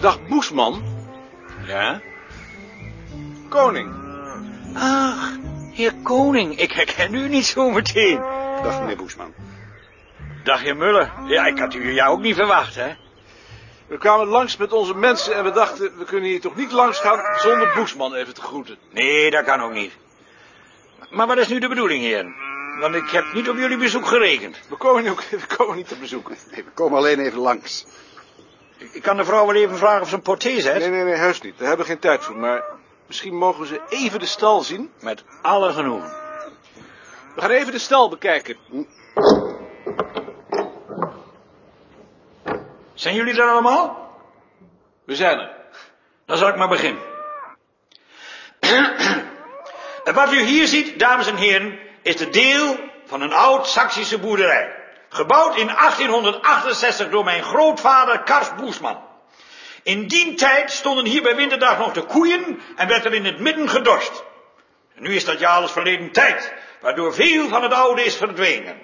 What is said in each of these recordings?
Koosman? Ja? Koning. Ach, heer Koning, ik herken u niet zo meteen. Dag, meneer Boesman. Dag, heer Muller. Ja, ik had u ja ook niet verwacht, hè? We kwamen langs met onze mensen en we dachten, we kunnen hier toch niet langs gaan zonder Boesman even te groeten. Nee, dat kan ook niet. Maar wat is nu de bedoeling, heer? Want ik heb niet op jullie bezoek gerekend. We komen, ook, we komen niet te bezoeken. Nee, we komen alleen even langs. Ik kan de vrouw wel even vragen of ze een porté zet. Nee, nee, nee, heus niet. Daar hebben we geen tijd voor. Maar misschien mogen we ze even de stal zien. Met alle genoegen. We gaan even de stal bekijken. Zijn jullie er allemaal? We zijn er. Dan zal ik maar beginnen. Wat u hier ziet, dames en heren, is de deel van een oud Saksische boerderij. Gebouwd in 1868 door mijn grootvader Kars Boesman. In die tijd stonden hier bij winterdag nog de koeien en werd er in het midden gedorst. Nu is dat jaar alles verleden tijd, waardoor veel van het oude is verdwenen.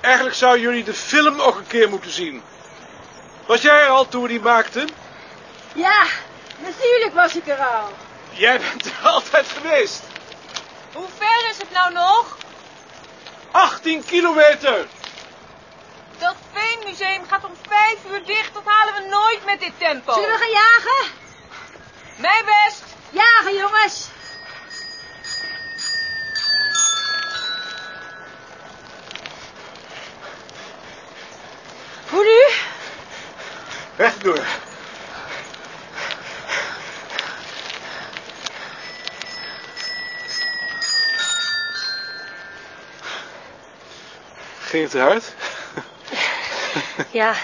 Eigenlijk zouden jullie de film ook een keer moeten zien. Was jij er al toen we die maakten? Ja, natuurlijk was ik er al. Jij bent er altijd geweest. Hoe ver is het nou nog? 18 kilometer! Dat veenmuseum gaat om vijf uur dicht. Dat halen we nooit met dit tempo. Zullen we gaan jagen? Mijn best. Jagen, jongens. Hoe nu? Rechtdoor. Ging het eruit? Ja.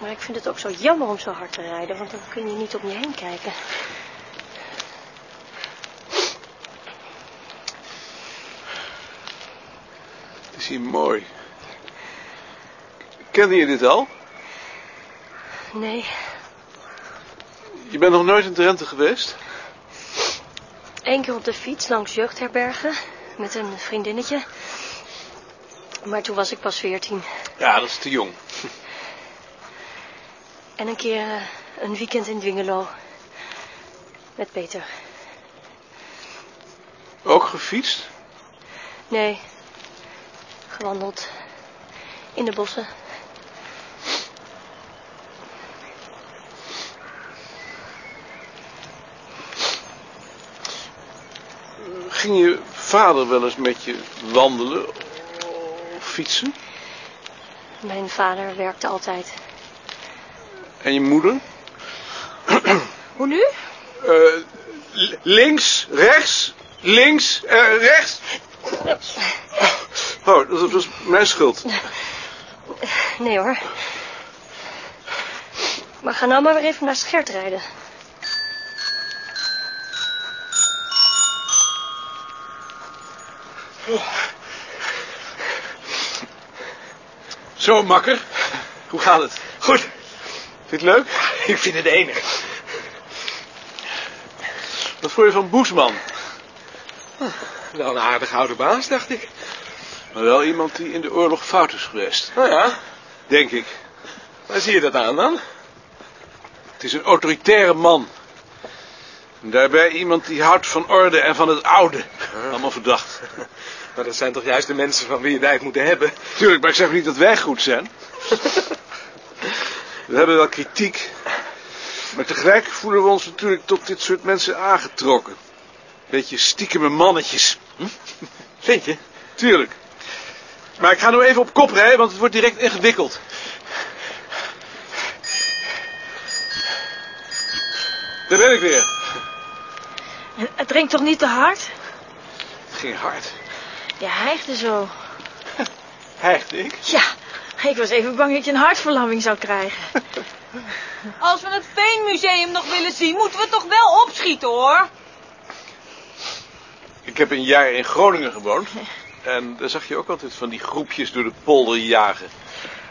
Maar ik vind het ook zo jammer om zo hard te rijden, want dan kun je niet om je heen kijken. Het is hier mooi. Kende je dit al? Nee, Je bent nog nooit in Drenthe geweest? één keer op de fiets langs jeugdherbergen met een vriendinnetje. Maar toen was ik pas veertien. Ja, dat is te jong. En een keer eh, een weekend in Dwingelo. Met Peter. Ook gefietst? Nee, gewandeld. In de bossen. Ging je vader wel eens met je wandelen of fietsen? Mijn vader werkte altijd. En je moeder? Hoe nu? Eh, l- links, rechts, links, eh, rechts. Oh, dat was mijn schuld. Nee hoor. Maar ga nou maar weer even naar Schert rijden. Zo, makker. Hoe gaat het? Goed, Vind je het leuk? ik vind het enig. Wat vond je van Boesman? Wel een aardig oude baas, dacht ik. Maar wel iemand die in de oorlog fout is geweest. Nou ja, Denk ik. waar zie je dat aan dan? Het is een autoritaire man. En daarbij iemand die houdt van orde en van het oude. Allemaal verdacht. Maar dat zijn toch juist de mensen van wie je tijd moet hebben? Tuurlijk, maar ik zeg niet dat wij goed zijn. We hebben wel kritiek. Maar tegelijk voelen we ons natuurlijk tot dit soort mensen aangetrokken. Beetje stiekeme mannetjes. Hm? Vind je? Tuurlijk. Maar ik ga nu even op kop rijden, want het wordt direct ingewikkeld. Daar ben ik weer. Het drinkt toch niet te hard? Het ging hard. Je hijgde zo. Hijgde ik? Ja, ik was even bang dat je een hartverlamming zou krijgen. Als we het veenmuseum nog willen zien, moeten we toch wel opschieten, hoor. Ik heb een jaar in Groningen gewoond. En daar zag je ook altijd van die groepjes door de polder jagen.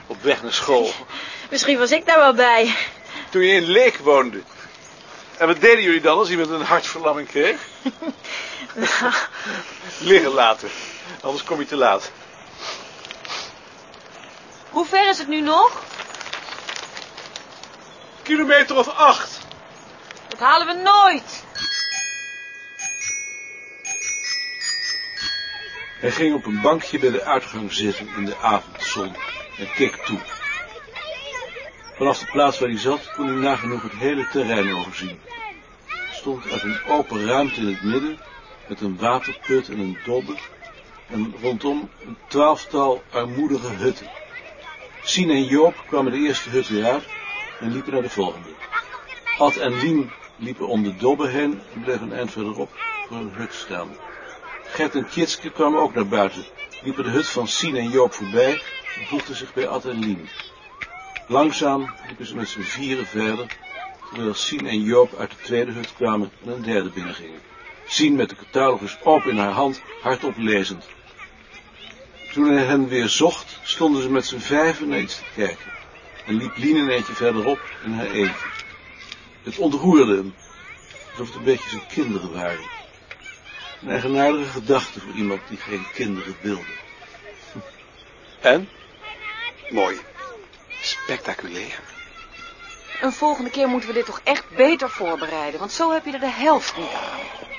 Op weg naar school. Misschien was ik daar wel bij. Toen je in Leek woonde. En wat deden jullie dan als iemand een hartverlamming kreeg? Nou, Liggen laten. Anders kom je te laat. Hoe ver is het nu nog? Kilometer of acht. Dat halen we nooit. Hij ging op een bankje bij de uitgang zitten in de avondzon en keek toe. Vanaf de plaats waar hij zat kon hij nagenoeg het hele terrein overzien. Het stond uit een open ruimte in het midden met een waterput en een dobber en rondom een twaalftal armoedige hutten. Sien en Joop kwamen de eerste hut weer uit en liepen naar de volgende. Ad en Lien liepen om de dobber heen en bleven een eind verderop voor een hut staan. Gert en Tjitske kwamen ook naar buiten, liepen de hut van Sien en Joop voorbij en voegden zich bij Ad en Lien. Langzaam liepen ze met z'n vieren verder, terwijl Sien en Joop uit de tweede hut kwamen en een derde binnengingen. Sien met de catalogus open in haar hand, hardop lezend. Toen hij hen weer zocht, stonden ze met z'n vijven naar iets te kijken. En liep Lien een eentje verderop in haar eentje. Het ontroerde hem, alsof het een beetje zijn kinderen waren. Een eigenaardige gedachte voor iemand die geen kinderen wilde. En? Mooi. Spectaculair. Een volgende keer moeten we dit toch echt beter voorbereiden. Want zo heb je er de helft niet aan.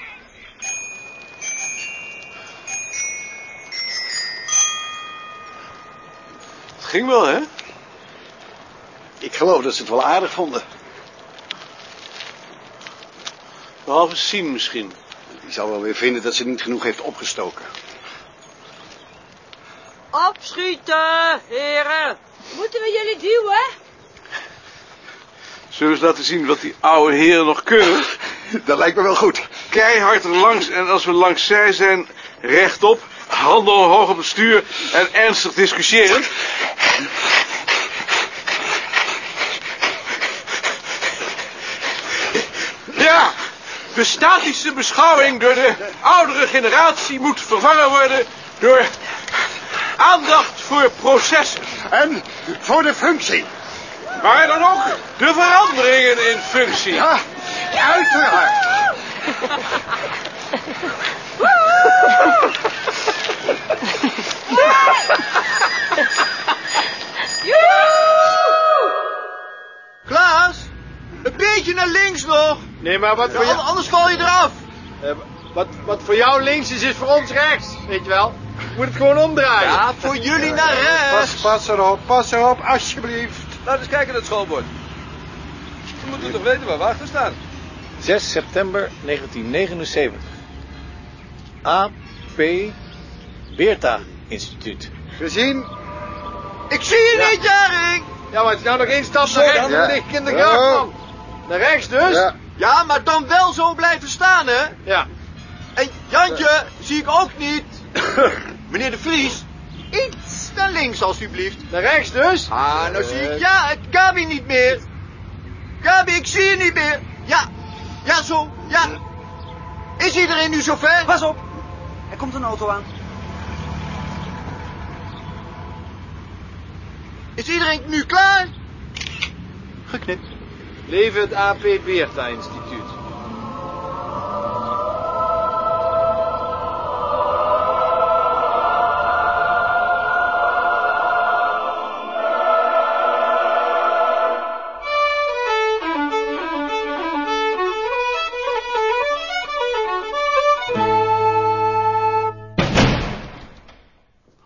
Het ging wel, hè? Ik geloof dat ze het wel aardig vonden. Behalve Sien misschien. Die zal wel weer vinden dat ze niet genoeg heeft opgestoken. Opschieten, heren. Moeten we jullie duwen? Zullen we eens laten zien wat die oude heren nog kunnen? Dat lijkt me wel goed. Keihard langs en als we langs zij zijn, rechtop, handen hoog op het stuur en ernstig discussiëren. Ja, de statische beschouwing door de oudere generatie moet vervangen worden door aandacht voor processen. En voor de functie. Maar dan ook de veranderingen in functie. Ja, uiteraard. Klaas, een beetje naar links nog. Nee, maar wat voor jou... Anders val je eraf. wat, wat voor jou links is, is voor ons rechts. Weet je wel? Moet het gewoon omdraaien. Ja, voor jullie naar rechts. Pas, pas erop, pas erop, alsjeblieft. Laten we eens kijken naar het schoolbord. We moeten toch weten waar we achter staan. 6 september 1979. A.P. Beerta Instituut. Gezien? Ik zie je niet, Jaring. Ja, maar het is nou nog één stap naar rechts. Ja. Dan lig ik in de gracht, Ja. man. Naar rechts dus? Ja. Ja, maar dan wel zo blijven staan, hè? Ja. En Jantje zie ik ook niet. Meneer de Vries, iets naar links alsjeblieft. Naar rechts dus? Ah, nou zie ik ja, het Gabi niet meer. Gabi, ik zie je niet meer. Ja, ja zo, ja. Is iedereen nu zover? Pas op, Er komt een auto aan. Is iedereen nu klaar? Geknipt. Leven het AP Beerta Instituut.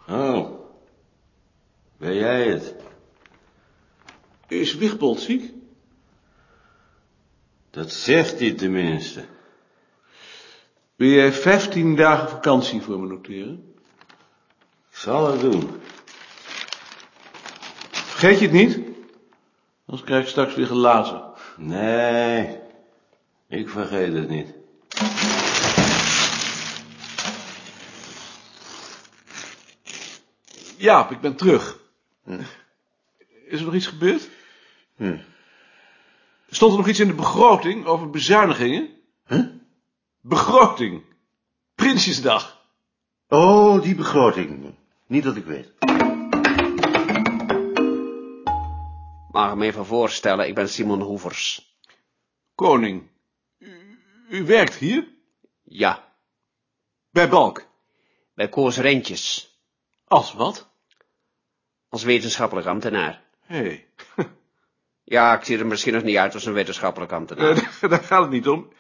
Oh, ben jij het? Is Wigbold ziek? Dat zegt hij tenminste. Wil jij 15 dagen vakantie voor me noteren? Ik zal het doen. Vergeet je het niet? Anders krijg ik straks weer gelazen. Nee, ik vergeet het niet. Jaap, ik ben terug. Is er nog iets gebeurd? Hm. Stond er nog iets in de begroting over bezuinigingen? Huh? Begroting. Prinsjesdag. Oh, die begroting. Niet dat ik weet. Mag ik me even voorstellen, ik ben Simon Hoevers. Koning. U werkt hier? Ja. Bij Balk? Bij Koos Rentjes. Als wat? Als wetenschappelijk ambtenaar. Hé. Hey. Ja, ik zie er misschien nog niet uit als een wetenschappelijk ambtenaar. Eh, daar, daar gaat het niet om.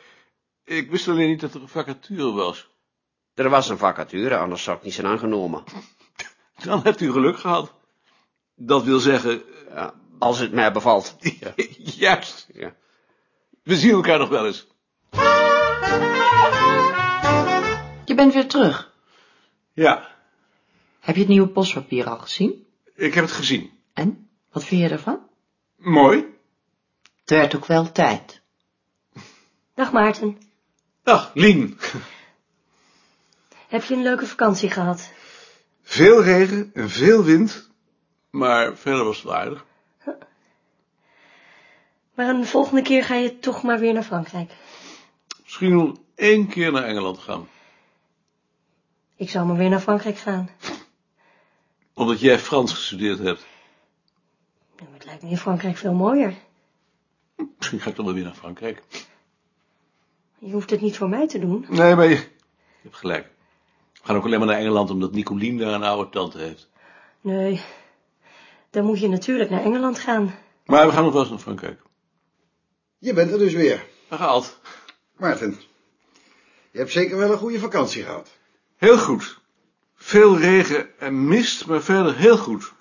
Ik wist alleen niet dat er een vacature was. Er was een vacature, anders zou ik niet zijn aangenomen. Dan hebt u geluk gehad. Dat wil zeggen... Ja, als het mij bevalt. Ja. Juist. Ja. We zien elkaar nog wel eens. Je bent weer terug. Ja, Heb je het nieuwe postpapier al gezien? ik heb het gezien. En? Wat vind je ervan? Mooi. Het werd ook wel tijd. Dag Maarten. Dag, Lien. Heb je een leuke vakantie gehad? Veel regen en veel wind, maar verder was het aardig. Maar een volgende keer ga je toch maar weer naar Frankrijk. Misschien nog één keer naar Engeland gaan. Ik zou maar weer naar Frankrijk gaan. Omdat jij Frans gestudeerd hebt. Het lijkt me in Frankrijk veel mooier. Misschien ga ik dan wel weer naar Frankrijk. Je hoeft het niet voor mij te doen. Nee, maar je... je hebt gelijk. We gaan ook alleen maar naar Engeland omdat Nicolien daar een oude tante heeft. Nee, dan moet je natuurlijk naar Engeland gaan. Maar we gaan nog wel eens naar Frankrijk. Je bent er dus weer. Dag Alt. Maarten, je hebt zeker wel een goede vakantie gehad. Heel goed. Veel regen en mist, maar verder heel goed.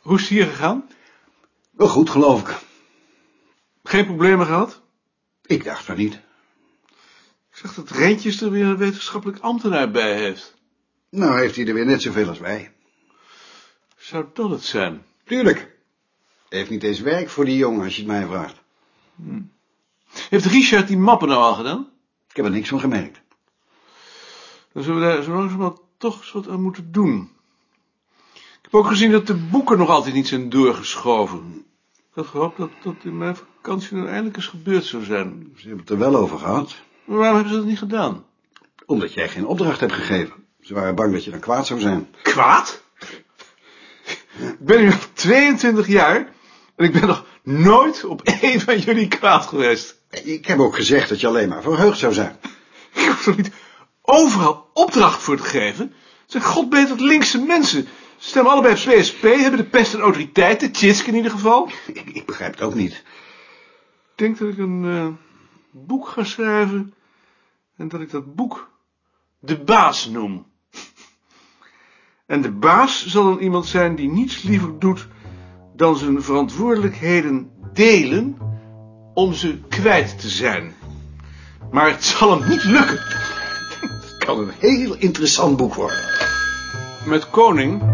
Hoe is het hier gegaan? Wel goed, geloof ik. Geen problemen gehad? Ik dacht van niet. Ik zag dat Rentjes er weer een wetenschappelijk ambtenaar bij heeft. Nou heeft hij er weer net zoveel als wij. Zou dat het zijn? Tuurlijk. Heeft niet eens werk voor die jongen, als je het mij vraagt. Hm. Heeft Richard die mappen nou al gedaan? Ik heb er niks van gemerkt. Dan zullen we daar zo langzamerhand toch eens wat aan moeten doen. Ik heb ook gezien dat de boeken nog altijd niet zijn doorgeschoven. Ik had gehoopt dat dat in mijn vakantie nou eindelijk eens gebeurd zou zijn. Ze hebben het er wel over gehad, Maar waarom hebben ze dat niet gedaan? omdat jij geen opdracht hebt gegeven. Ze waren bang dat je dan kwaad zou zijn. Kwaad? Ik ben nu al 22 jaar en ik ben nog nooit op één van jullie kwaad geweest. Ik heb ook gezegd dat je alleen maar verheugd zou zijn. Ik hoef toch niet overal opdracht voor te geven? Het zijn godbeter linkse mensen. Ze stemmen allebei op CSP, hebben de pest en autoriteiten, Tjitsk in ieder geval. Ik, ik begrijp het ook niet. Ik denk dat ik een eh, boek ga schrijven en dat ik dat boek De Baas noem. En de baas zal dan iemand zijn die niets liever doet dan zijn verantwoordelijkheden delen om ze kwijt te zijn. Maar het zal hem niet lukken. Het kan een heel interessant boek worden. Met koning